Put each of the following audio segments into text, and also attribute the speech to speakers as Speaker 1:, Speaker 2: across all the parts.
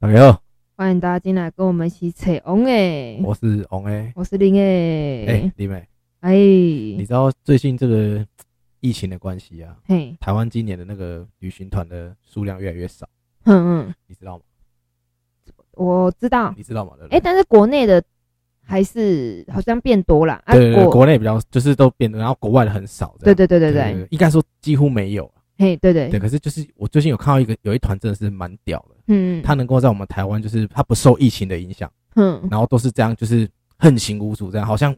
Speaker 1: 大家好，
Speaker 2: 欢迎大家进来跟我们一起扯红诶，
Speaker 1: 我是红 A。
Speaker 2: 我是林
Speaker 1: 哎、
Speaker 2: 诶，
Speaker 1: 李美，
Speaker 2: 哎，
Speaker 1: 你知道最近这个疫情的关系啊，
Speaker 2: 嘿，
Speaker 1: 台湾今年的那个旅行团的数量越来越少，
Speaker 2: 嗯嗯，
Speaker 1: 你知道吗？
Speaker 2: 我知道，
Speaker 1: 你知道吗？对不对
Speaker 2: 哎，但是国内的还是好像变多了啊，
Speaker 1: 对对对，
Speaker 2: 国，
Speaker 1: 国内比较就是都变得，然后国外的很少这
Speaker 2: 对
Speaker 1: 样。
Speaker 2: 对对对
Speaker 1: 对
Speaker 2: 对，
Speaker 1: 应该说几乎没有。啊
Speaker 2: 嘿，对对
Speaker 1: 对，，可是就是我最近有看到一个有一团真的是蛮屌的，
Speaker 2: 嗯，
Speaker 1: 他能够在我们台湾就是他不受疫情的影响，
Speaker 2: 嗯
Speaker 1: 然后都是这样就是横行无阻这样，好像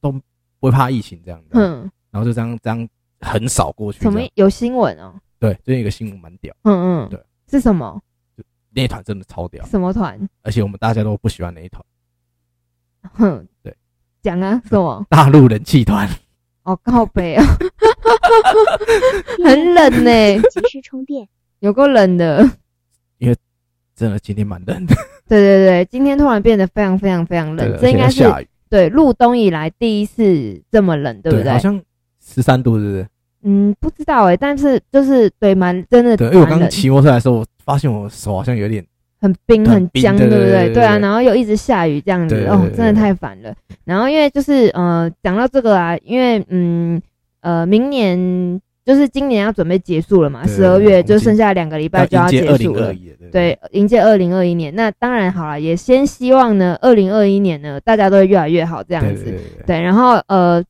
Speaker 1: 都不会怕疫情这样，嗯、
Speaker 2: 嗯，
Speaker 1: 然后就这样这样横扫过去这
Speaker 2: 什
Speaker 1: 样。
Speaker 2: 么有新闻哦，
Speaker 1: 对，最近有一个新闻蛮屌，
Speaker 2: 嗯嗯，
Speaker 1: 对，
Speaker 2: 是什么
Speaker 1: 那一团真的超屌，
Speaker 2: 什么团？
Speaker 1: 而且我们大家都不喜欢那一团，
Speaker 2: 哼，
Speaker 1: 对，
Speaker 2: 讲啊，什么？
Speaker 1: 大陆人气团。
Speaker 2: 哦，靠北哦，很冷 呢，
Speaker 3: 及时充电。
Speaker 2: 有够冷的。
Speaker 1: 真的今天蛮冷的，
Speaker 2: 对对对，今天突然变得非常非常非常冷，这
Speaker 1: 而且
Speaker 2: 应该
Speaker 1: 要
Speaker 2: 是
Speaker 1: 下雨，
Speaker 2: 对入冬以来第一次这么冷，对不
Speaker 1: 好像十三度，是不是？
Speaker 2: 嗯，不知道哎、但是就是对，蛮真的
Speaker 1: 对，因为我
Speaker 2: 蛮
Speaker 1: 刚
Speaker 2: 冷，
Speaker 1: 骑摩托车来的时候，我发现我手好像有点，
Speaker 2: 很冰
Speaker 1: 很
Speaker 2: 很
Speaker 1: 冰
Speaker 2: 僵，
Speaker 1: 对
Speaker 2: 不
Speaker 1: 对对
Speaker 2: 对？
Speaker 1: 对
Speaker 2: 对啊，
Speaker 1: 对
Speaker 2: 然后又一直下雨这样子
Speaker 1: 对，对
Speaker 2: 哦
Speaker 1: 对，对
Speaker 2: 真的
Speaker 1: 对
Speaker 2: 太烦了。然后因为就是呃，讲到这个啊，因为嗯呃，明年就是今年要准备结束了嘛，
Speaker 1: 对对
Speaker 2: 十
Speaker 1: 对
Speaker 2: 二
Speaker 1: 我
Speaker 2: 月
Speaker 1: 们
Speaker 2: 就
Speaker 1: 今
Speaker 2: 剩下两个礼拜就
Speaker 1: 要迎接
Speaker 2: 结
Speaker 1: 二
Speaker 2: 束
Speaker 1: 零
Speaker 2: 了
Speaker 1: 二。一，对
Speaker 2: 对，迎接二零二一年。那当然好了，也先希望呢，二零二一年呢，大家都会越来越好这样
Speaker 1: 对
Speaker 2: 子。
Speaker 1: 对对对，
Speaker 2: 对，然后呃，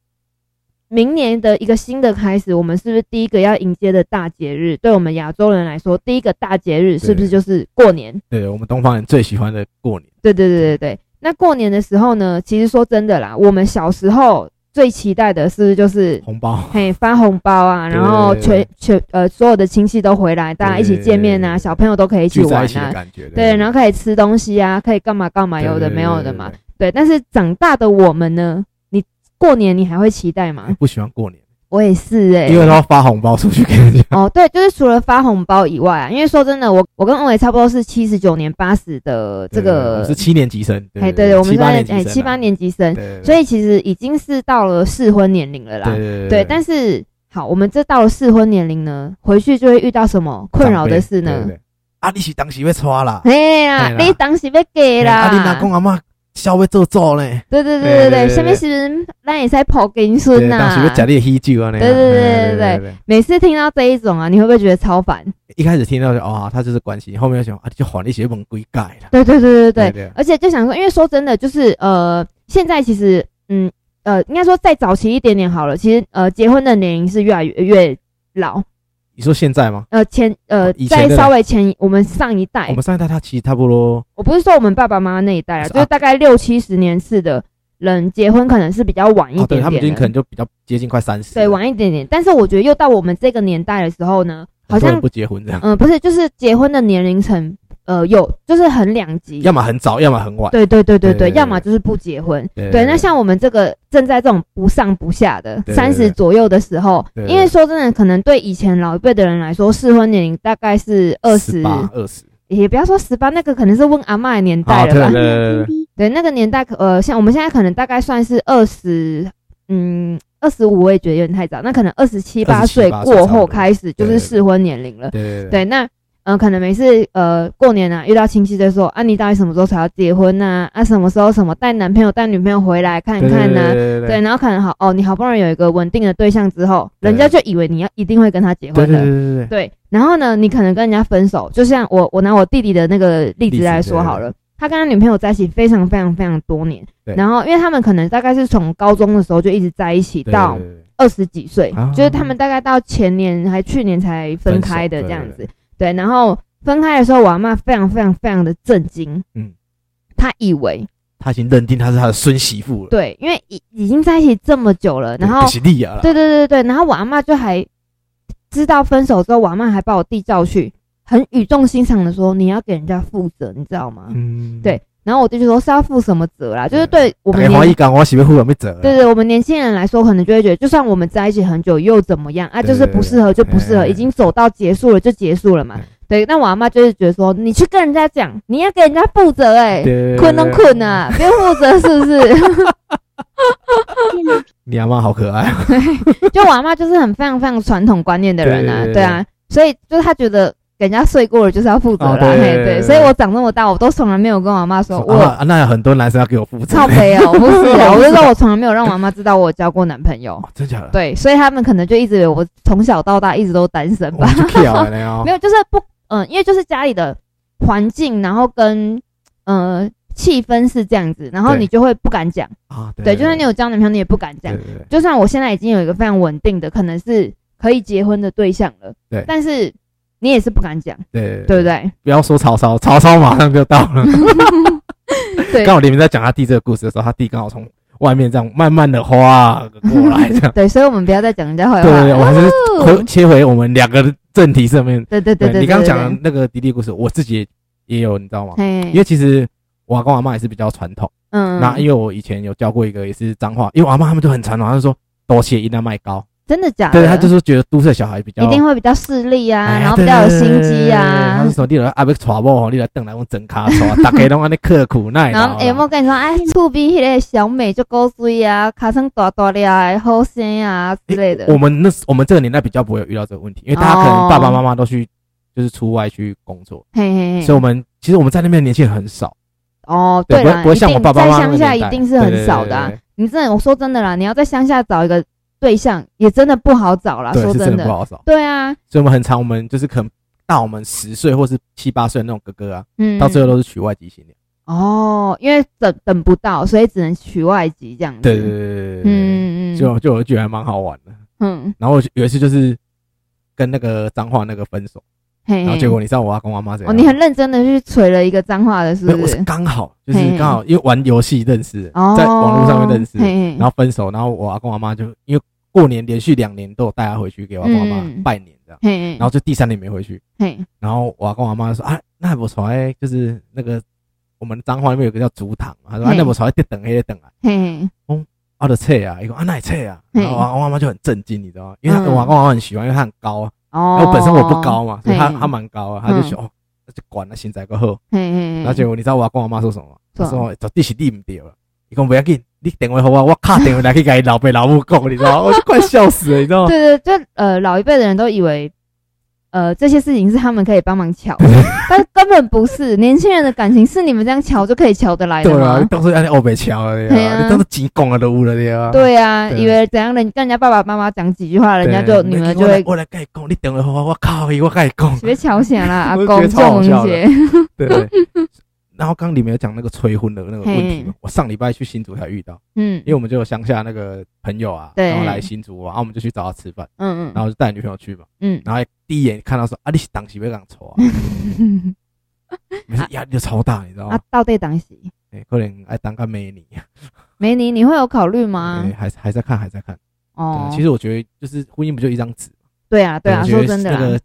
Speaker 2: 明年的一个新的开始，我们是不是第一个要迎接的大节日？对我们亚洲人来说，第一个大节日是不是就是过年？
Speaker 1: 对我们东方人最喜欢的过年，
Speaker 2: 对对对对对。那过年的时候呢，其实说真的啦，我们小时候最期待的是不是就是
Speaker 1: 红包，
Speaker 2: 嘿，发红包啊，然后
Speaker 1: 对对
Speaker 2: 全
Speaker 1: 对
Speaker 2: 全呃所有的亲戚都回来，大家一起见面
Speaker 1: 对
Speaker 2: 啊，
Speaker 1: 对对
Speaker 2: 小朋友都可以一 起
Speaker 1: 聚在
Speaker 2: 玩
Speaker 1: 一起
Speaker 2: 啊
Speaker 1: 的，感觉，
Speaker 2: 对，然后可以吃东西啊，可以干嘛干嘛，有的没有的嘛。，对，但是长大的我们呢，你过年你还会期待
Speaker 1: 我
Speaker 2: 吗？
Speaker 1: 不喜欢过年，
Speaker 2: 我也是哎、
Speaker 1: 因为他要发红包出去给人家，
Speaker 2: 哦，对，就是除了发红包以外啊，因为说真的，我我跟欧伟差不多是七十九年、八十的这
Speaker 1: 我
Speaker 2: 个
Speaker 1: 是，七年级生，
Speaker 2: 哎，
Speaker 1: 对
Speaker 2: 对对，我们
Speaker 1: 七
Speaker 2: 现
Speaker 1: 八
Speaker 2: 在
Speaker 1: 年级
Speaker 2: 哎
Speaker 1: 生，啊
Speaker 2: 七八，年级生，
Speaker 1: 对，
Speaker 2: 所以其实已经是到了适婚年龄了啦。
Speaker 1: 对
Speaker 2: 对，但是好，我们这到了适婚年龄呢，回去就会遇到什么困扰的事呢？，
Speaker 1: 啊，你是当时被抓啦，
Speaker 2: 嘿呀，
Speaker 1: 嘿啦
Speaker 2: 你当时被给啦，
Speaker 1: 啊，你阿公阿妈笑要做做呢。
Speaker 2: 对对对
Speaker 1: 对
Speaker 2: 对对，
Speaker 1: 对
Speaker 2: 下面是咱也在跑给你孙
Speaker 1: 对，当时要假
Speaker 2: 呐。
Speaker 1: 的喜酒啊，那样
Speaker 2: 对对对
Speaker 1: 哎
Speaker 2: 对
Speaker 1: 对
Speaker 2: 对每次听到这一种啊，你会不会觉得超烦？
Speaker 1: 对一开始听到就哦，他就是关系，后面又想啊，你就还一些问鬼改了。
Speaker 2: 对对对对对，
Speaker 1: 对，
Speaker 2: 而且就想说，因为说真的，就是呃，现在其实嗯呃，应该说再早期一点点好了，其实呃，结婚的年龄是越来越越老，
Speaker 1: 你说现在吗？
Speaker 2: 呃前呃
Speaker 1: 哦以前
Speaker 2: 再
Speaker 1: 的
Speaker 2: 稍微前我们上一代
Speaker 1: 我，们上一代他其实差不多，
Speaker 2: 我不是说我们爸爸妈妈那一代啊，
Speaker 1: 是啊
Speaker 2: 就是大概六七十年次的人结婚可能是比较晚一
Speaker 1: 哦，对
Speaker 2: 点
Speaker 1: 他们已经
Speaker 2: 点
Speaker 1: 可
Speaker 2: 的，
Speaker 1: 能就比较接近快三十，
Speaker 2: 对，晚一点点。但是我觉得又到我们这个年代的时候呢，好
Speaker 1: 很多人
Speaker 2: 像
Speaker 1: 不结啊婚这样，
Speaker 2: 嗯、不是，就是结婚的年龄层呃有就是很两极，
Speaker 1: 要么很早，要么很晚。
Speaker 2: 对对对对
Speaker 1: 对对
Speaker 2: 对，
Speaker 1: 对
Speaker 2: 要么就是不结婚。
Speaker 1: 对
Speaker 2: 对，那像我们这个正在这种不上不下的
Speaker 1: 对对
Speaker 2: 三十
Speaker 1: 对
Speaker 2: 左右的时候，
Speaker 1: 对对
Speaker 2: 因为说真的，可能对以前老一辈的人来说，适婚年龄大概是二十，
Speaker 1: 八、二十，
Speaker 2: 也不要说十八，那个可能是问阿嬷的年代
Speaker 1: 啊
Speaker 2: 了吧？
Speaker 1: 对
Speaker 3: 对对
Speaker 2: 对，那个年代可呃，像我们现在可能大概算是二十，嗯，二十五我也觉得有点太早，那可能二十七八
Speaker 1: 27
Speaker 2: 岁
Speaker 1: 28
Speaker 2: 过
Speaker 1: 差不
Speaker 2: 后
Speaker 1: 多
Speaker 2: 开始就
Speaker 1: 对
Speaker 2: 是
Speaker 1: 对
Speaker 2: 适婚年龄了。
Speaker 1: 对对
Speaker 2: 对，那呃，可能每次呃过年啊，遇到亲戚就说啊，你到底什么时候才要结婚呐、啊？什么时候什么带男朋友带女朋友回来看看啊呐、
Speaker 1: 对
Speaker 2: 对，然后可能好哦，你好不容易有一个稳定的对象之后，
Speaker 1: 对
Speaker 2: 人家就以为你要一定会跟他结
Speaker 1: 对对
Speaker 2: 婚了。
Speaker 1: 对对，
Speaker 2: 对，然后呢，你可能跟人家分手，就像我我拿我弟弟的那个
Speaker 1: 例
Speaker 2: 例子
Speaker 1: 子对
Speaker 2: 来说
Speaker 1: 对
Speaker 2: 好
Speaker 1: 对
Speaker 2: 了，他跟他女朋友在一起非常非常非常多年，
Speaker 1: 对
Speaker 2: 然后因为他们可能大概是从高中的时候就一直在一起到二十几岁
Speaker 1: 啊，
Speaker 2: 就是他们大概到前年还去年才分开的这样
Speaker 1: 分
Speaker 2: 子。对，然后分开的时候，我阿妈非常非常非常的震惊，
Speaker 1: 嗯，
Speaker 2: 她以为
Speaker 1: 他已经认定他是他的孙媳妇了，
Speaker 2: 对，因为已已经在一起这么久了，然后
Speaker 1: 是利亚了，
Speaker 2: 对对对对，对然后我阿妈就还知道分手之后，我阿妈还把我弟叫去，很语重心长的说你要给人家负责，你知道吗？
Speaker 1: 嗯，
Speaker 2: 对，然后我弟就说是要负什么责啦，就是
Speaker 1: 对
Speaker 2: 对我们
Speaker 1: 哎，
Speaker 2: 年
Speaker 1: 怀疑感，我媳妇忽然被折了，
Speaker 2: 对对，我们年轻人来说，可能就会觉得，就算我们在一起很久又怎么样啊？
Speaker 1: 对
Speaker 2: 就是不适合就不适
Speaker 1: 对
Speaker 2: 合，
Speaker 1: 对嗯
Speaker 2: 已经走到结束了就结束了嘛
Speaker 1: 对。
Speaker 2: 对，那我阿妈就是觉得说，你去跟人家讲，你要给人家负责哎、
Speaker 1: 对，
Speaker 2: 困都困，啊，不用负责是不是？
Speaker 3: 电缆
Speaker 1: 你阿妈好可爱。
Speaker 2: 就我阿妈就是很非常非常传统观念的人
Speaker 1: 对对
Speaker 2: 啊，
Speaker 1: 对对
Speaker 2: 对啊，所以就是她觉得给人家睡过了就是要负责啦，
Speaker 1: 哦对
Speaker 2: 啊嘿
Speaker 1: 对对
Speaker 2: 所以我长这么大，我都从来没有跟我妈说我、
Speaker 1: 啊，那有很多男生要给我负责
Speaker 2: 靠，北哦，不是啊，我就说我从来没有让我妈知道我有交过男朋友，
Speaker 1: 哦真假的？
Speaker 2: 对，所以他们可能就一直以为我从小到大一直都单身
Speaker 1: 我
Speaker 2: 吧，
Speaker 1: 去跳了呢哦
Speaker 2: 没有，就是不，嗯、因为就是家里的环境，然后跟呃气氛是这样子，然后
Speaker 1: 对
Speaker 2: 你就会不敢讲，
Speaker 1: 啊，
Speaker 2: 对，就算你有交男朋友，你也不敢讲
Speaker 1: 对，对对
Speaker 2: 就算我现在已经有一个非常稳定的，可能是可以结婚的对象了，
Speaker 1: 对
Speaker 2: 但是你也是不敢讲，
Speaker 1: 对
Speaker 2: 对 不？对？
Speaker 1: 不要说曹操，曹操马上就到了。
Speaker 2: 对。
Speaker 1: 刚好李明在讲他弟这个故事的时候，他弟刚好从外面这样慢慢的划过来，这样
Speaker 2: 对，所以我们不要再讲人家坏
Speaker 1: 对
Speaker 2: 话。
Speaker 1: 对对，我还 是
Speaker 2: 哦
Speaker 1: 回切回我们两个的正题上面。
Speaker 2: 对对对对，
Speaker 1: 你刚刚
Speaker 2: 对
Speaker 1: 讲的，那个弟弟故事，我自己也也有，你知道吗？
Speaker 2: 对
Speaker 1: 因为其实我阿公阿妈也是比较传统。
Speaker 2: 嗯，
Speaker 1: 那因为我以前有教过一个也是脏话，因为我阿妈他们就很传统，他就说多谢一旦卖高，
Speaker 2: 真的假的？
Speaker 1: 对，他就是觉得都市的小孩比较
Speaker 2: 一定会比较势利啊，
Speaker 1: 哎呀
Speaker 2: 然后比较有心机
Speaker 1: 对对对对对对他
Speaker 2: 啊
Speaker 1: 是。说你来阿伯娶某，你来等来我整卡耍，大家拢安尼刻苦耐劳
Speaker 2: 然后
Speaker 1: 啊。
Speaker 2: 哎，我跟你说，哎，厝边迄个小美就够水啊，卡上大大粒的好生啊之类的。
Speaker 1: 我们那时我们这个年代比较不会有遇到这个问题，因为大家可能爸爸妈妈都去就是出外去工作，
Speaker 2: 嘿嘿嘿，
Speaker 1: 所以我们其实我们在那边的年轻人很少，
Speaker 2: 哦，
Speaker 1: 对，不
Speaker 2: 啦，
Speaker 1: 会不会像
Speaker 2: 一
Speaker 1: 我
Speaker 2: 定
Speaker 1: 爸爸妈
Speaker 2: 在
Speaker 1: 妈那
Speaker 2: 乡
Speaker 1: 个
Speaker 2: 下
Speaker 1: 年
Speaker 2: 一
Speaker 1: 代
Speaker 2: 定是很少的啊
Speaker 1: 对对对对。
Speaker 2: 你真的，我说真的啦，你要在乡下找一个对象也真的不好找啦。
Speaker 1: 对
Speaker 2: 说
Speaker 1: 是
Speaker 2: 真
Speaker 1: 的不
Speaker 2: 的，
Speaker 1: 好找，
Speaker 2: 对啊，
Speaker 1: 所以我们很常我们就是可能大我们十岁或是七八岁的那种哥哥啊，
Speaker 2: 嗯，
Speaker 1: 到最后都是娶外籍新娘。
Speaker 2: 哦，因为等等不到，所以只能取外籍这样子。
Speaker 1: 对对对对对对
Speaker 2: 嗯嗯，
Speaker 1: 对，就就我觉得还蛮好玩的。
Speaker 2: 嗯，
Speaker 1: 然后我有一次就是跟那个彰化那个分手，
Speaker 2: 嘿嘿，
Speaker 1: 然后结果你知道我阿公阿妈怎
Speaker 2: 哎哦，
Speaker 1: 样吗？
Speaker 2: 你很认真的去锤了一个脏话的，是
Speaker 1: 没有，
Speaker 2: 不
Speaker 1: 我是
Speaker 2: 是？
Speaker 1: 刚好就是
Speaker 2: 嘿嘿
Speaker 1: 刚好因为玩游戏认识的，
Speaker 2: 哦，
Speaker 1: 在网络上面认识的，
Speaker 2: 嘿嘿
Speaker 1: 然后分手，然后我阿公阿妈就因为过年连续两年都有带他回去给我阿公阿
Speaker 2: 嗯
Speaker 1: 妈拜年这样，
Speaker 2: 嘿，
Speaker 1: 然后就第三年没回去，
Speaker 2: 嘿，
Speaker 1: 然后我阿公阿妈就说啊，那我从来就是那个我们彰化那边有个叫竹塘嘛，他说啊
Speaker 2: 嘿
Speaker 1: 那我从来得等黑得等啊，
Speaker 2: 嘿嘿，
Speaker 1: 啊的菜啊，一个啊那也菜啊，
Speaker 2: 嘿
Speaker 1: 然后我阿公阿妈就很震惊，你知道吗？因为他
Speaker 2: 嗯
Speaker 1: 我阿公阿妈很喜欢，因为他很高啊，然
Speaker 2: 哦，
Speaker 1: 后我本身我不高嘛，所以他
Speaker 2: 嘿
Speaker 1: 他蛮高啊，他就说哦，那就管了，现在过后。
Speaker 2: 嘿，嘿嘿，
Speaker 1: 然后结果你知道我阿公阿妈说什么吗？
Speaker 2: 说
Speaker 1: 他说绝对是你唔对了。伊讲不要紧，你电话给我，我打电话来去给伊老爸老母讲，你知 道吗？我就快笑死了，你知道吗？
Speaker 2: 对对，就呃，老一辈的人都以为。呃，这些事情是他们可以帮忙瞧 的，但是根本不是。年轻人的感情是你们这样瞧就可以瞧得来的
Speaker 1: 对啊，你
Speaker 2: 吗？
Speaker 1: 当时安尼欧北桥了
Speaker 2: 嘿啊
Speaker 1: 呀，你当时钱讲了都有了呀。
Speaker 2: 对啊，
Speaker 1: 对
Speaker 2: 以为怎样人跟人家爸爸妈妈讲几句话，
Speaker 1: 对，
Speaker 2: 人家就女儿就
Speaker 1: 我来
Speaker 2: 会
Speaker 1: 我来跟伊讲，你电话给我，我靠伊，我跟伊讲。
Speaker 2: 别瞧起来啦，阿
Speaker 1: 我就觉
Speaker 2: 公
Speaker 1: 得
Speaker 2: 这
Speaker 1: 超好
Speaker 2: 种
Speaker 1: 笑的
Speaker 2: 些。
Speaker 1: 对。然后刚刚你们有讲那个催婚的那个问题嘛，我上礼拜去新竹才遇到，
Speaker 2: 嗯，
Speaker 1: 因为我们就有乡下那个朋友啊，
Speaker 2: 对
Speaker 1: 然后来新竹玩，然后我们就去找他吃饭，
Speaker 2: 嗯
Speaker 1: 然后就带女朋友去嘛，
Speaker 2: 嗯
Speaker 1: 然后第一眼看到说啊，你是当时要讲错啊，
Speaker 2: 嗯，
Speaker 1: 每次压力就超大，你知道吗
Speaker 2: 啊？，到底当时
Speaker 1: 欸可能爱当个美女
Speaker 2: 梅尼，你会有考虑吗
Speaker 1: 欸？还还在看，还在看。
Speaker 2: 啊哦
Speaker 1: 对，啊其实我觉得就是婚姻不就一张纸？
Speaker 2: 对啊，对啊，
Speaker 1: 我觉
Speaker 2: 说
Speaker 1: 得
Speaker 2: 真的
Speaker 1: 那
Speaker 2: 啦
Speaker 1: 个，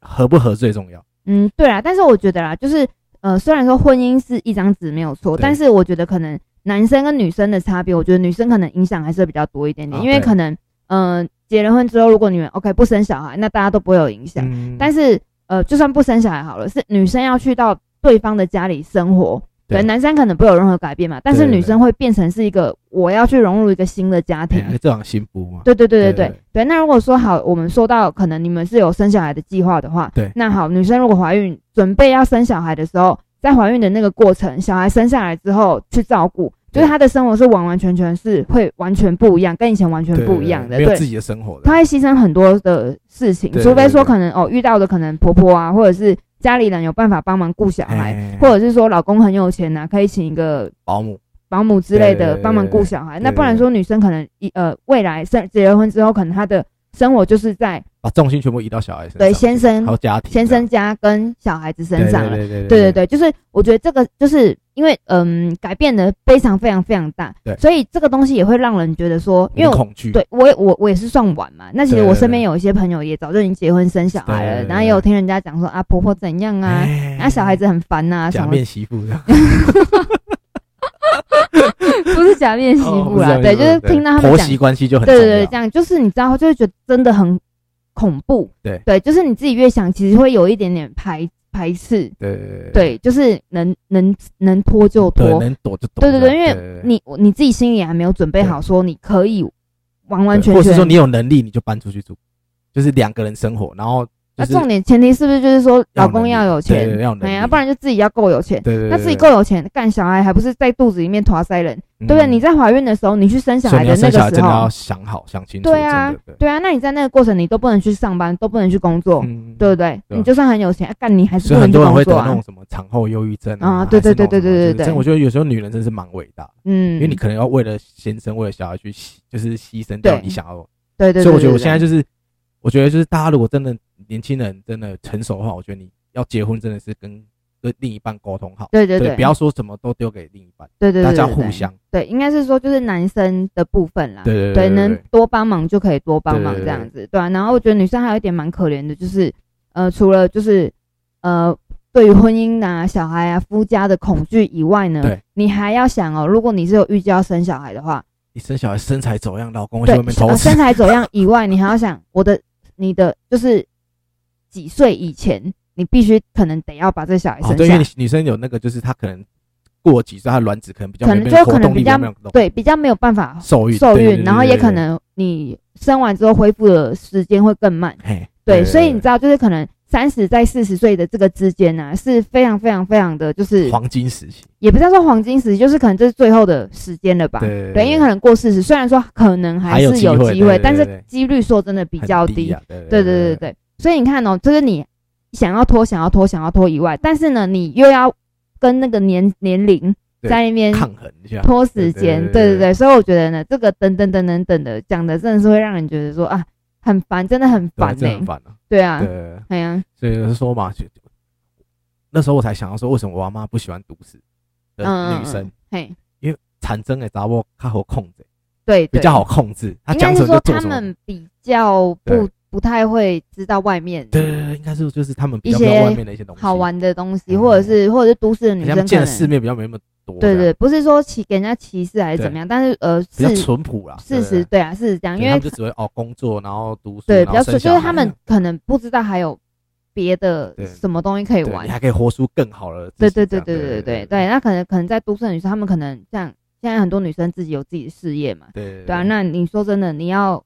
Speaker 1: 合不合最重要。
Speaker 2: 嗯，对啊，但是我觉得啦，就是呃，虽然说婚姻是一张纸没有错，
Speaker 1: 对
Speaker 2: 但是我觉得可能男生跟女生的差别，我觉得女生可能影响还是比较多一点点，
Speaker 1: 啊
Speaker 2: 因为
Speaker 1: 对
Speaker 2: 可能嗯、呃结了婚之后，如果你们 OK 不生小孩，那大家都不会有影响。
Speaker 1: 嗯
Speaker 2: 但是呃，就算不生小孩好了，是女生要去到对方的家里生活。对，
Speaker 1: 对
Speaker 2: 男生可能不会有任何改变嘛，但是
Speaker 1: 对对
Speaker 2: 女生会变成是一个我要去融入一个新的家庭，
Speaker 1: 欸这种幸福嘛，
Speaker 2: 对对对对
Speaker 1: 对
Speaker 2: 对
Speaker 1: 对
Speaker 2: 对。那如果说好，我们说到可能你们是有生小孩的计划的话，
Speaker 1: 对
Speaker 2: 那好，女生如果怀孕准备要生小孩的时候，在怀孕的那个过程，小孩生下来之后去照顾，
Speaker 1: 对
Speaker 2: 就是她的生活是完完全全是会完全不一样，跟以前完全
Speaker 1: 对
Speaker 2: 不一样的，
Speaker 1: 没有自
Speaker 2: 对。
Speaker 1: 己的生活的。
Speaker 2: 她会牺牲很多的事情，
Speaker 1: 对对
Speaker 2: 除非说
Speaker 1: 对对
Speaker 2: 可能哦遇到的可能婆婆啊，或者是家里人有办法帮忙顾小孩，
Speaker 1: 欸
Speaker 2: 或者是说老公很有钱呐、啊可以请一个
Speaker 1: 保姆，
Speaker 2: 保姆之类的
Speaker 1: 对
Speaker 2: 帮忙顾小孩。
Speaker 1: 对
Speaker 2: 那不然说女生可能一呃未来生结了婚之后，可能她的生活就是在
Speaker 1: 把重心全部移到小孩身上，
Speaker 2: 对先生
Speaker 1: 还有家庭，
Speaker 2: 先生家跟小孩子
Speaker 1: 这样
Speaker 2: 身上了。
Speaker 1: 对对对
Speaker 2: 对对对，就是我觉得这个就是因为嗯改变的非常非常非常大
Speaker 1: 对，
Speaker 2: 所以这个东西也会让人觉得说，因为
Speaker 1: 有
Speaker 2: 我
Speaker 1: 恐惧，
Speaker 2: 对我也我我也是算晚嘛，那其实
Speaker 1: 对
Speaker 2: 我身边有一些朋友也早就已经结婚生小孩
Speaker 1: 对
Speaker 2: 了，
Speaker 1: 对对
Speaker 2: 然后也有听人家讲说啊婆婆怎样啊，
Speaker 1: 欸
Speaker 2: 那小孩子很啊烦呐什
Speaker 1: 假
Speaker 2: 么
Speaker 1: 面媳 妇这样，
Speaker 2: 不是假面媳
Speaker 1: 哦
Speaker 2: 妇
Speaker 1: 不是
Speaker 2: 啦，
Speaker 1: 假面媳
Speaker 2: 对，就
Speaker 1: 妇
Speaker 2: 是听到他们
Speaker 1: 婆
Speaker 2: 讲
Speaker 1: 媳关系就很
Speaker 2: 对
Speaker 1: 重
Speaker 2: 对
Speaker 1: 要
Speaker 2: 对，这样就是你知道，就会觉得真的很恐怖。
Speaker 1: 对
Speaker 2: 对，就是你自己越想，其实会有一点点排排斥。
Speaker 1: 对对
Speaker 2: 对，就是能能能拖就
Speaker 1: 对，
Speaker 2: 拖。
Speaker 1: 能躲就躲这
Speaker 2: 对
Speaker 1: 样。
Speaker 2: 对对，因为你你自己心里还没有准备好，说你可以完完全
Speaker 1: 或是
Speaker 2: 全
Speaker 1: 说你有能力你就搬出去住，就是两个人生活，然后
Speaker 2: 那
Speaker 1: 就是
Speaker 2: 重点前提是不是就是说
Speaker 1: 要
Speaker 2: 老公
Speaker 1: 能力
Speaker 2: 要有
Speaker 1: 对
Speaker 2: 钱
Speaker 1: 对，要有能
Speaker 2: 哎呀，
Speaker 1: 力
Speaker 2: 不然就自己要够有钱。
Speaker 1: 对对对，
Speaker 2: 那自己够有钱，干小孩还不是在肚子里面拖塞人，
Speaker 1: 对
Speaker 2: 对不对？你
Speaker 1: 在
Speaker 2: 在怀孕的时候，你去生小孩的那
Speaker 1: 生小孩
Speaker 2: 个时
Speaker 1: 真的要
Speaker 2: 候，
Speaker 1: 想好想清楚，
Speaker 2: 对啊
Speaker 1: 真的，对
Speaker 2: 对啊，那你在那个过程你都不能去上班，都不能去工作，
Speaker 1: 嗯
Speaker 2: 对不对？
Speaker 1: 对啊
Speaker 2: 你就算很有钱，啊干你还是
Speaker 1: 所
Speaker 2: 不
Speaker 1: 以很
Speaker 2: 能去
Speaker 1: 多人
Speaker 2: 工
Speaker 1: 会得
Speaker 2: 作
Speaker 1: 那
Speaker 2: 啊
Speaker 1: 种。什么产后忧郁症
Speaker 2: 啊
Speaker 1: 啊，
Speaker 2: 对
Speaker 1: 还是
Speaker 2: 对对
Speaker 1: 那种什么就是
Speaker 2: 对对对
Speaker 1: 真的
Speaker 2: 对
Speaker 1: 我觉得有时候女人真的是蛮伟大的，
Speaker 2: 嗯，
Speaker 1: 因为你可能要为了先生为了小孩去牺，就是牺牲掉
Speaker 2: 对
Speaker 1: 你想要。
Speaker 2: 对对对，
Speaker 1: 所以我觉得我
Speaker 2: 对
Speaker 1: 现在
Speaker 2: 对
Speaker 1: 就是，我觉得就是大家如果真的年轻人真的成熟的话，我觉得你要结婚真的是跟跟另一半沟通好，
Speaker 2: 对对对，
Speaker 1: 不要说什么都丢给另一半，
Speaker 2: 对对对
Speaker 1: 大家
Speaker 2: 对
Speaker 1: 互
Speaker 2: 对
Speaker 1: 相
Speaker 2: 对，应该是说就是男生的部分啦，
Speaker 1: 对对对对对
Speaker 2: 能
Speaker 1: 对
Speaker 2: 多帮忙就可以多帮忙
Speaker 1: 对对
Speaker 2: 这
Speaker 1: 对
Speaker 2: 样子，对啊。然后我觉得女生还有一点蛮可怜的，就是呃，除了就是呃，对于婚姻啊、小孩啊、夫家的恐惧以外呢
Speaker 1: 对，
Speaker 2: 你还要想哦，如果你是有预计要生小孩的话，
Speaker 1: 你生小孩身材走样，老公会去
Speaker 2: 对
Speaker 1: 外面，偷
Speaker 2: 呃
Speaker 1: 吃
Speaker 2: 身，材走样以外，你还要想我的、你的就是几岁以前，你必须可能得要把这小孩
Speaker 1: 哦
Speaker 2: 生
Speaker 1: 对，因
Speaker 2: 下
Speaker 1: 为
Speaker 2: 来
Speaker 1: 你。女生有那个就是她可能过几岁，她的卵子可能比较
Speaker 2: 可
Speaker 1: 没有
Speaker 2: 能就
Speaker 1: 那个
Speaker 2: 可
Speaker 1: 活
Speaker 2: 能
Speaker 1: 动
Speaker 2: 比
Speaker 1: 力，
Speaker 2: 较
Speaker 1: 没有那种
Speaker 2: 对，比较没有办法
Speaker 1: 受孕
Speaker 2: 受
Speaker 1: 对对
Speaker 2: 孕，
Speaker 1: 对
Speaker 2: 然后也
Speaker 1: 对对
Speaker 2: 可能你生完之后恢复的时间会更慢。
Speaker 1: 嘿
Speaker 2: 对，所以你知道，就是可能三十在四十岁的这个之间呢、是非常非常非常的，就是
Speaker 1: 黄金时期，
Speaker 2: 也不叫说黄金时期，就是可能这是最后的时间了吧。
Speaker 1: 对
Speaker 2: 对，因为可能过四十，虽然说可能还
Speaker 1: 还有
Speaker 2: 是有
Speaker 1: 机会
Speaker 2: 机会，
Speaker 1: 对对对
Speaker 2: 但是
Speaker 1: 对
Speaker 2: 几率说真的比
Speaker 1: 很
Speaker 2: 较
Speaker 1: 低
Speaker 2: 低
Speaker 1: 啊。，对
Speaker 2: 对对对对，所以你看哦，就是你想要拖、想要拖、想要拖以外，但是呢，你又要跟那个年年龄
Speaker 1: 对
Speaker 2: 在那边
Speaker 1: 抗衡一下，
Speaker 2: 拖时
Speaker 1: 对
Speaker 2: 间，对
Speaker 1: 对
Speaker 2: 对
Speaker 1: 对
Speaker 2: 对，所以我觉得呢，这个等等等等等的讲的真的是会让人觉得说啊，很烦，真的很
Speaker 1: 对
Speaker 2: 烦
Speaker 1: 真
Speaker 2: 呢、
Speaker 1: 的很烦啊，
Speaker 2: 对啊，
Speaker 1: 对。
Speaker 2: 哎呀，
Speaker 1: 所以就是说嘛，就就那时候我才想到说，为什么我阿妈不喜欢独子的
Speaker 2: 嗯，
Speaker 1: 呃女生，
Speaker 2: 嗯，嘿，
Speaker 1: 产生的杂波她好控制，
Speaker 2: 对，
Speaker 1: 比
Speaker 2: 对
Speaker 1: 较好，控制，她
Speaker 2: 应
Speaker 1: 讲
Speaker 2: 该
Speaker 1: 什么
Speaker 2: 是
Speaker 1: 就
Speaker 2: 说
Speaker 1: 做
Speaker 2: 他
Speaker 1: 什么
Speaker 2: 们。比较不
Speaker 1: 对
Speaker 2: 不太会知道外面
Speaker 1: 对对对，应该是就是他们比较
Speaker 2: 一些
Speaker 1: 没有外面的一些东西，
Speaker 2: 好玩的东西，
Speaker 1: 嗯
Speaker 2: 或者是或者是都市嗯的
Speaker 1: 而
Speaker 2: 女
Speaker 1: 且他
Speaker 2: 生
Speaker 1: 们
Speaker 2: 可
Speaker 1: 见的世
Speaker 2: 能，
Speaker 1: 面比较没那么多，
Speaker 2: 对
Speaker 1: 这
Speaker 2: 对，
Speaker 1: 样，
Speaker 2: 不是说歧给人家歧视还是
Speaker 1: 对
Speaker 2: 怎么样，但是呃
Speaker 1: 比较
Speaker 2: 是
Speaker 1: 淳朴啦，
Speaker 2: 事实
Speaker 1: 对
Speaker 2: 对啊，是这样，
Speaker 1: 对
Speaker 2: 因
Speaker 1: 他
Speaker 2: 为
Speaker 1: 们就只会哦工作，然后读书，
Speaker 2: 对
Speaker 1: 然
Speaker 2: 比
Speaker 1: 后啊
Speaker 2: 较
Speaker 1: 生小
Speaker 2: 就是他
Speaker 1: 孩
Speaker 2: 们可能不知道还有别的
Speaker 1: 对
Speaker 2: 什么东西可以
Speaker 1: 对
Speaker 2: 玩
Speaker 1: 你，还可以活出更好的自
Speaker 2: 对
Speaker 1: 己，
Speaker 2: 对
Speaker 1: 这
Speaker 2: 对
Speaker 1: 样
Speaker 2: 对对
Speaker 1: 对
Speaker 2: 对对对，那可能可能在都市的女生，她们可能像现在很多女生自己有自己的事业嘛，
Speaker 1: 对对
Speaker 2: 对啊，那你说真的，你要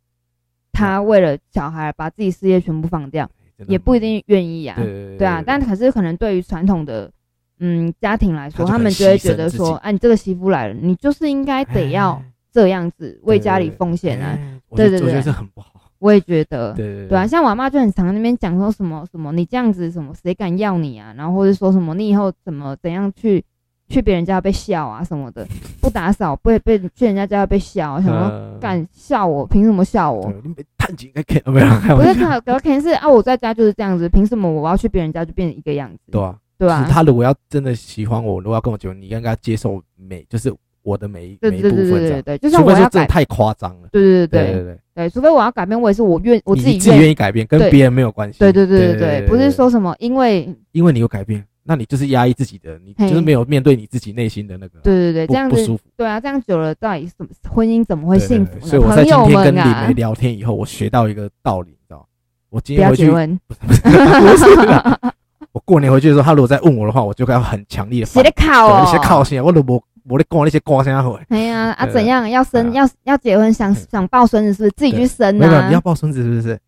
Speaker 2: 她为了小孩把自己事业全部放掉，
Speaker 1: 真的
Speaker 2: 也不一定愿意啊
Speaker 1: 对，对
Speaker 2: 对啊，但可是可能对于传统的嗯家庭来
Speaker 1: 她
Speaker 2: 说，
Speaker 1: 就
Speaker 2: 他
Speaker 1: 可能
Speaker 2: 们就会
Speaker 1: 牺牲
Speaker 2: 觉得
Speaker 1: 自己
Speaker 2: 说，哎，你这个媳妇来了，你就是应该得要这样子为家里奉献啊，
Speaker 1: 哎我
Speaker 2: 对
Speaker 1: 觉得
Speaker 2: 对
Speaker 1: 我觉
Speaker 2: 对
Speaker 1: 得这很不好，
Speaker 2: 我也觉得，
Speaker 1: 对对
Speaker 2: 对啊，像我妈就很常在那边讲说什么什么，你这样子什么谁敢要你啊？然后或者说什么你以后怎么怎样去去别人家被笑啊什么的， 不打扫被被去人家家被笑、啊，什么
Speaker 1: 呃
Speaker 2: 敢笑我，凭什么笑我？
Speaker 1: 对你没探井应该可以，没有开
Speaker 2: 不
Speaker 1: 玩
Speaker 2: 是
Speaker 1: 笑，
Speaker 2: 可可能是啊，我在家就是这样子，凭什么我要去别人家就变成一个样子？
Speaker 1: 对啊，
Speaker 2: 对吧、
Speaker 1: 就是他如果要真的喜欢我，如果要跟我结婚，你应该接受每就是我的每一
Speaker 2: 对
Speaker 1: 每一
Speaker 2: 对
Speaker 1: 部
Speaker 2: 对
Speaker 1: 分这
Speaker 2: 对
Speaker 1: 样
Speaker 2: 对，对，就算
Speaker 1: 除
Speaker 2: 我
Speaker 1: 非
Speaker 2: 要
Speaker 1: 说真
Speaker 2: 改
Speaker 1: 的，太夸张了，
Speaker 2: 对对对
Speaker 1: 对
Speaker 2: 对
Speaker 1: 对，
Speaker 2: 对，除非我要改变，我也是我愿我
Speaker 1: 你
Speaker 2: 自己
Speaker 1: 自己
Speaker 2: 愿
Speaker 1: 愿意改变，跟
Speaker 2: 对
Speaker 1: 别人没有关系，
Speaker 2: 对对对
Speaker 1: 对
Speaker 2: 对对，不是说什么因为
Speaker 1: 因为你有改变，那你就是压抑自己的，你
Speaker 2: 嘿
Speaker 1: 就是没有面对你自己内心的那个
Speaker 2: 对对对
Speaker 1: 不
Speaker 2: 这样
Speaker 1: 不
Speaker 2: 子
Speaker 1: 舒服。
Speaker 2: 对啊，这样久了，到底什么婚姻怎么会
Speaker 1: 对对
Speaker 2: 幸
Speaker 1: 对
Speaker 2: 福呢？
Speaker 1: 所以我在
Speaker 2: 朋
Speaker 1: 今
Speaker 2: 友
Speaker 1: 天跟
Speaker 2: 们
Speaker 1: 李
Speaker 2: 啊
Speaker 1: 梅，聊天以后，我学到一个道理，你知道吗？我今
Speaker 2: 不
Speaker 1: 天
Speaker 2: 要
Speaker 1: 回去
Speaker 2: 结，婚，
Speaker 1: 我过年回去的时候，他如果再问我的话，我就该很强烈的
Speaker 2: 谁
Speaker 1: 反
Speaker 2: 在靠
Speaker 1: 对
Speaker 2: 哦？
Speaker 1: 那些靠心，我都没我在讲那些瓜声回。
Speaker 2: 哎呀啊，
Speaker 1: 对
Speaker 2: 怎样？要生要要结婚，想
Speaker 1: 对
Speaker 2: 想抱孙子是不是自己去生
Speaker 1: 没有，你要
Speaker 2: 啊？
Speaker 1: 抱孙子是不是？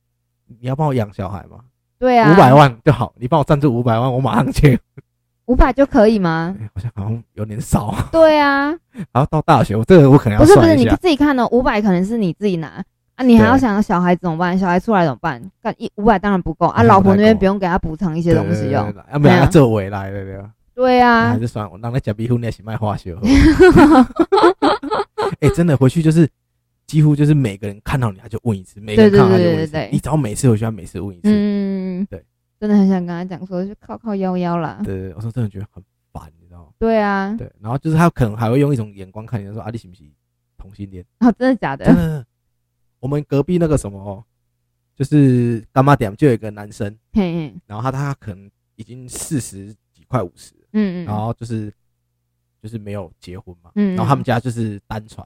Speaker 1: 你要帮我养小孩吗？
Speaker 2: 对啊，
Speaker 1: 五百哦万就好，你帮我赞助五百万，我马上去。
Speaker 2: 五百就可以吗？
Speaker 1: 哎好像好像有点少，
Speaker 2: 对啊，
Speaker 1: 然后到大学，我这个我可能
Speaker 2: 不
Speaker 1: 要
Speaker 2: 是不是，
Speaker 1: 算一
Speaker 2: 你
Speaker 1: 下。
Speaker 2: 自己看哦，五百可能是你自己拿啊，你还要
Speaker 1: 对
Speaker 2: 想小孩子怎么办？小孩出来怎么办？干一五百当然不够啊，
Speaker 1: 当然
Speaker 2: 老
Speaker 1: 不
Speaker 2: 婆
Speaker 1: 太
Speaker 2: 那边
Speaker 1: 够
Speaker 2: 不用给他补偿一些东西
Speaker 1: 要
Speaker 2: 哦。
Speaker 1: 不
Speaker 2: 对啊
Speaker 1: 然这未来的对吧？
Speaker 2: 对
Speaker 1: 那
Speaker 2: 啊
Speaker 1: 还，是算了，我让他假逼婚那是卖化学。 哎，真的回去就是几乎就是每个人看到你他就问一次，每个人
Speaker 2: 对对
Speaker 1: 看到他就问
Speaker 2: 对
Speaker 1: 一
Speaker 2: 对
Speaker 1: 次
Speaker 2: 对，
Speaker 1: 你只要每次回去他每次问一次。
Speaker 2: 嗯，
Speaker 1: 对，
Speaker 2: 真的很想跟他讲说，就靠靠幺幺啦。
Speaker 1: 对对，对我说真的觉得很烦，你知道吗？
Speaker 2: 对啊，
Speaker 1: 对，然后就是他可能还会用一种眼光看你，说啊你是不是同性恋？
Speaker 2: 啊，真的假的
Speaker 1: 真？的，我们隔壁那个什么哦，就是干妈点就有一个男生，
Speaker 2: 嘿嘿，
Speaker 1: 然后他他可能已经四十几快五十，
Speaker 2: 嗯嗯，
Speaker 1: 然后就是就是没有结婚嘛，
Speaker 2: 嗯
Speaker 1: 然后他们家就是单传。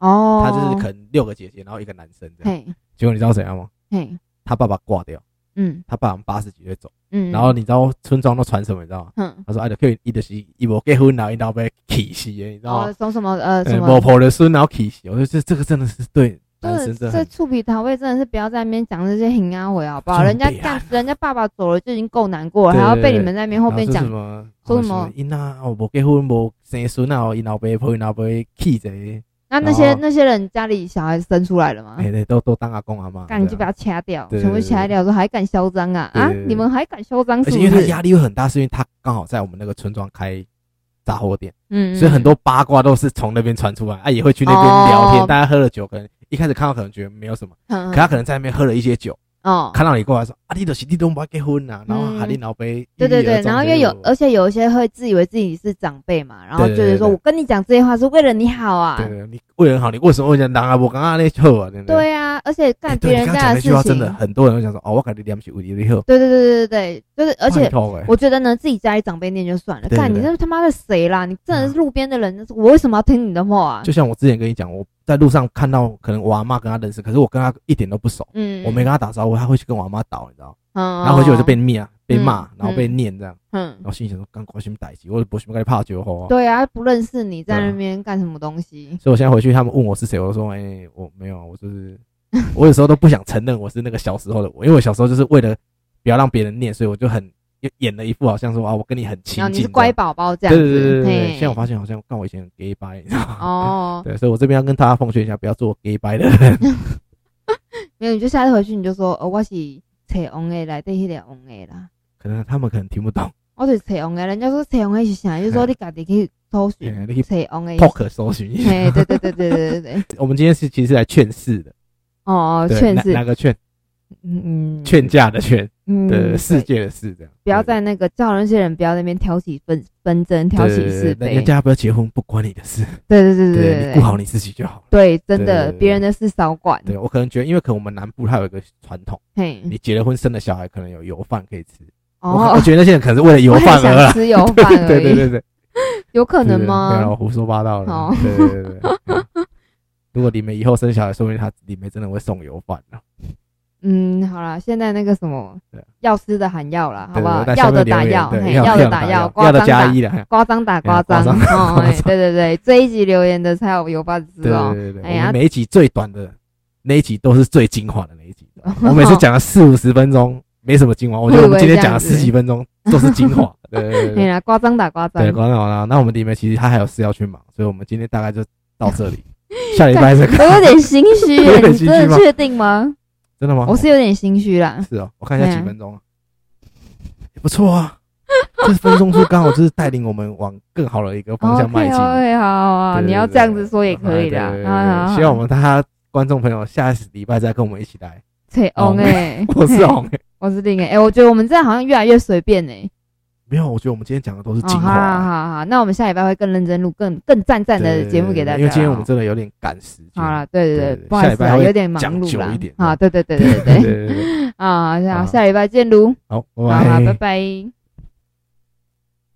Speaker 2: 哦，
Speaker 1: 他就是可能六个姐姐，然后一个男生这样。
Speaker 2: 嘿
Speaker 1: 结果你知道怎样吗？
Speaker 2: 嘿，
Speaker 1: 他爸爸挂掉，
Speaker 2: 嗯
Speaker 1: 他爸爸八十几岁走，
Speaker 2: 嗯，
Speaker 1: 然后你知道村庄都传什么？你知道吗？
Speaker 2: 嗯，
Speaker 1: 他说：“哎，就伊就是伊无结婚，然后伊老被气死的，你知道
Speaker 2: 哦，
Speaker 1: 吗？
Speaker 2: 从什么呃什
Speaker 1: 呃
Speaker 2: 么
Speaker 1: 无，婆的孙，然后气死。”我说：“这这个真的是对男
Speaker 2: 这
Speaker 1: 生真的
Speaker 2: 这
Speaker 1: 很
Speaker 2: 醋皮桃味真的是不要在那边讲这些hình啊回好不好？
Speaker 1: 这很
Speaker 2: 人家
Speaker 1: 悲
Speaker 2: 干
Speaker 1: 哀，
Speaker 2: 人家爸爸走了就已经够难过了，
Speaker 1: 对
Speaker 2: 还要
Speaker 1: 对
Speaker 2: 被你
Speaker 1: 对
Speaker 2: 们在那边后面
Speaker 1: 然
Speaker 2: 讲
Speaker 1: 后说
Speaker 2: 说
Speaker 1: 什么
Speaker 2: 什么
Speaker 1: 哦因啊，我无结婚，无生孙啊，因老爸陪因老爸气者，
Speaker 2: 那那些
Speaker 1: 然后
Speaker 2: 那些人家里小孩生出来了吗？
Speaker 1: 哎，对都都当阿公阿妈。
Speaker 2: 干你就
Speaker 1: 对啊
Speaker 2: 把他掐掉，
Speaker 1: 对
Speaker 2: 全部
Speaker 1: 对
Speaker 2: 掐
Speaker 1: 对
Speaker 2: 掉，说还敢嚣张啊
Speaker 1: 对
Speaker 2: 啊！
Speaker 1: 对对
Speaker 2: 你们还敢嚣张
Speaker 1: 而
Speaker 2: 是
Speaker 1: 且
Speaker 2: 不
Speaker 1: 因为他
Speaker 2: 是？
Speaker 1: 压力会很大，是因为他刚好在我们那个村庄开杂货店，
Speaker 2: 嗯，
Speaker 1: 所以很
Speaker 2: 嗯
Speaker 1: 多八卦都是从那边传出来，啊，也会去那边聊
Speaker 2: 哦
Speaker 1: 天。大家喝了酒，可能一开始看到可能觉得没有什么，
Speaker 2: 嗯
Speaker 1: 可他可能在那边喝了一些酒，
Speaker 2: 哦，
Speaker 1: 看到你过来说啊，你都是你都不要结婚呐，然后
Speaker 2: 嗯
Speaker 1: 喊你老杯。
Speaker 2: 对对对，然后因嗯为有，而
Speaker 1: 呃，
Speaker 2: 且有一些会自以为自己是长辈嘛，然后就
Speaker 1: 对对
Speaker 2: 是
Speaker 1: 对
Speaker 2: 说
Speaker 1: 对
Speaker 2: 我跟你讲这些话是为了你好啊，
Speaker 1: 对对，你为人好，你为什么会讲人啊？我刚刚那错啊，对不？
Speaker 2: 对啊，而且干
Speaker 1: 哎
Speaker 2: 别
Speaker 1: 对
Speaker 2: 人
Speaker 1: 你刚刚
Speaker 2: 家
Speaker 1: 讲那
Speaker 2: 事
Speaker 1: 句话
Speaker 2: 情，
Speaker 1: 真的很多人会想说哦，我感觉你们是为你好，
Speaker 2: 对对对对对对，就是而且
Speaker 1: 很痛哎
Speaker 2: 我觉得呢，自己家里长辈念就算了，
Speaker 1: 对对
Speaker 2: 干你
Speaker 1: 对
Speaker 2: 这他妈的谁啦？你真的是
Speaker 1: 嗯
Speaker 2: 路边的人，我为什么要听你的话啊？
Speaker 1: 就像我之前跟你讲，我在路上看到可能我阿妈跟他认识，可是我跟他一点都不熟，
Speaker 2: 嗯，
Speaker 1: 我没跟他打招呼，他会去跟我阿妈倒，你知道吗？
Speaker 2: 嗯，
Speaker 1: 然后回去我就被
Speaker 2: 哦
Speaker 1: 灭啊，被骂
Speaker 2: 嗯，
Speaker 1: 然后被念这样，
Speaker 2: 嗯
Speaker 1: 然，后心里想说，刚关心代级，我不是该怕酒后啊。
Speaker 2: 对啊，不认识你在
Speaker 1: 对啊
Speaker 2: 那边干什么东西？
Speaker 1: 所以我现在回去，他们问我是谁，我就说，哎，我没有啊，我就是， 我有时候都不想承认我是那个小时候的我，因为我小时候就是为了不要让别人念，所以我就很演了一副好像说啊，我跟你很亲
Speaker 2: 然后
Speaker 1: 近这
Speaker 2: 哦你是
Speaker 1: 样，
Speaker 2: 乖宝宝这样
Speaker 1: 对
Speaker 2: 子，
Speaker 1: 对对对对。
Speaker 2: 嘿
Speaker 1: 现在我发现好像看我以前很 gay 掰，你知道吗？
Speaker 2: 哦，
Speaker 1: 对，所以我这边要跟大家奉劝一下，不要做 gay 掰的人。
Speaker 2: 没有，你就下次回去你就说，哦，我是找红的来对迄个红的啦，
Speaker 1: 可能他们可能听不 懂，
Speaker 2: 我就是找红的，人家说找红的是啥，就说
Speaker 1: 嗯
Speaker 2: 你家己去搜寻
Speaker 1: 嗯你去
Speaker 2: 找红的。
Speaker 1: poke 搜寻一下。
Speaker 2: 嘿，对对对对对对 对，
Speaker 1: 我们今天是其实是来劝世的，
Speaker 2: 哦，
Speaker 1: 对
Speaker 2: 劝
Speaker 1: 哪
Speaker 2: 是
Speaker 1: 哪，个劝？
Speaker 2: 嗯嗯，
Speaker 1: 劝架的劝，
Speaker 2: 嗯，
Speaker 1: 对，世
Speaker 2: 对
Speaker 1: 界的世，这样。
Speaker 2: 不要
Speaker 1: 对
Speaker 2: 在那个叫那些人不要在那边挑起纷纷争，挑起
Speaker 1: 对对
Speaker 2: 是
Speaker 1: 对
Speaker 2: 非
Speaker 1: 人。家要不要结婚不关你的事，
Speaker 2: 对对对对
Speaker 1: 对你
Speaker 2: 对
Speaker 1: 顾好你自己就好了。
Speaker 2: 对，
Speaker 1: 对
Speaker 2: 真
Speaker 1: 对
Speaker 2: 的，
Speaker 1: 对对
Speaker 2: 别人的事少管。
Speaker 1: 对我可能觉得，因为可能我们南部它有一个传统，
Speaker 2: 嘿，
Speaker 1: 你结了婚生了小孩，可能有油饭可以吃。我可
Speaker 2: 嗯哦
Speaker 1: 我，觉得那些人可能是为了油
Speaker 2: 我
Speaker 1: 饭
Speaker 2: 也
Speaker 1: 而
Speaker 2: 想
Speaker 1: 来。
Speaker 2: 吃油饭 而
Speaker 1: 对对
Speaker 2: 已，
Speaker 1: 对对，
Speaker 2: 有可
Speaker 1: 对对
Speaker 2: 能
Speaker 1: 对没有
Speaker 2: 吗？哦
Speaker 1: 我胡说八道
Speaker 2: 好
Speaker 1: 了。对对对对。 嗯如果李梅以后生小孩，说明她李梅真的会送油饭啊了。
Speaker 2: 嗯，好啦，现在那个什么
Speaker 1: 对啊，
Speaker 2: 要吃的喊要啦，好
Speaker 1: 对
Speaker 2: 不好
Speaker 1: 对？对
Speaker 2: 要
Speaker 1: 在下面
Speaker 2: 的
Speaker 1: 留
Speaker 2: 打
Speaker 1: 言
Speaker 2: 要，
Speaker 1: 对
Speaker 2: 嘿，
Speaker 1: 要
Speaker 2: 的
Speaker 1: 的
Speaker 2: 打
Speaker 1: 要，
Speaker 2: 刮
Speaker 1: 要的
Speaker 2: 张
Speaker 1: 加
Speaker 2: 打
Speaker 1: 一的。嘿
Speaker 2: 刮张打
Speaker 1: 对啊
Speaker 2: 张。
Speaker 1: 刮张
Speaker 2: 哦，哎
Speaker 1: 刮张
Speaker 2: 对对对，这一集留言的才有油饭吃
Speaker 1: 对
Speaker 2: 哦。
Speaker 1: 对对对，
Speaker 2: 哎
Speaker 1: 我
Speaker 2: 呀
Speaker 1: 们每一集最短的那一集都是最精华的那一 集。我每次讲了四五十分钟，没什么精华。我觉得我们今天讲了十几分钟都是精 华。对对对
Speaker 2: 哎
Speaker 1: 对，
Speaker 2: 呀，刮张打刮张
Speaker 1: 对，。观众好啦，那我们里面其实他还有事要去忙，所以我们今天大概就到这 里。下礼拜再看
Speaker 2: 我有点心虚
Speaker 1: 有
Speaker 2: 耶，
Speaker 1: 点
Speaker 2: 你
Speaker 1: 心虚
Speaker 2: 真的
Speaker 1: 吗哦
Speaker 2: 确定吗？
Speaker 1: 真的吗？
Speaker 2: 我是有点心虚啦。
Speaker 1: 是哦，我看一下
Speaker 2: 对啊
Speaker 1: 几分钟啊，也不错 啊。这分钟数刚好就是带领我们往更好的一个方向迈进。
Speaker 2: 哦 OK，好好好，
Speaker 1: 对对
Speaker 2: 你要
Speaker 1: 对哎
Speaker 2: 这样子说也可以
Speaker 1: 对
Speaker 2: 啦
Speaker 1: 对对。对
Speaker 2: 啊，
Speaker 1: 希望我们大家观众朋友下礼拜再跟我们一起来。
Speaker 2: 吹翁哎，
Speaker 1: 我是
Speaker 2: 嘿，
Speaker 1: 红欸，
Speaker 2: 我是令哎，哎，我觉得我们这样好像越来越随便哎。
Speaker 1: 没有，我觉得我们今天讲的都是
Speaker 2: 哦，
Speaker 1: 精
Speaker 2: 好
Speaker 1: 华
Speaker 2: 好
Speaker 1: 啊。
Speaker 2: 好好，那我们下礼拜会更认真录更更赞赞
Speaker 1: 对
Speaker 2: 的
Speaker 1: 对
Speaker 2: 节目
Speaker 1: 对
Speaker 2: 给大家啦。哦
Speaker 1: 因为今天我们真的有点赶时间。
Speaker 2: 好了，对对
Speaker 1: 对
Speaker 2: 对，
Speaker 1: 对
Speaker 2: 不好意
Speaker 1: 下礼
Speaker 2: 思
Speaker 1: 拜
Speaker 2: 啊，
Speaker 1: 会
Speaker 2: 有点忙
Speaker 1: 讲
Speaker 2: 碌
Speaker 1: 久
Speaker 2: 啦
Speaker 1: 一点。
Speaker 2: 啊，
Speaker 1: 啊
Speaker 2: 对对对对
Speaker 1: 对对，
Speaker 2: 对
Speaker 1: 对
Speaker 2: 啊，好
Speaker 1: 好
Speaker 2: 下礼拜见喽，
Speaker 1: 好，
Speaker 2: 好
Speaker 1: 拜
Speaker 2: 啦，
Speaker 1: 拜
Speaker 2: 拜。拜。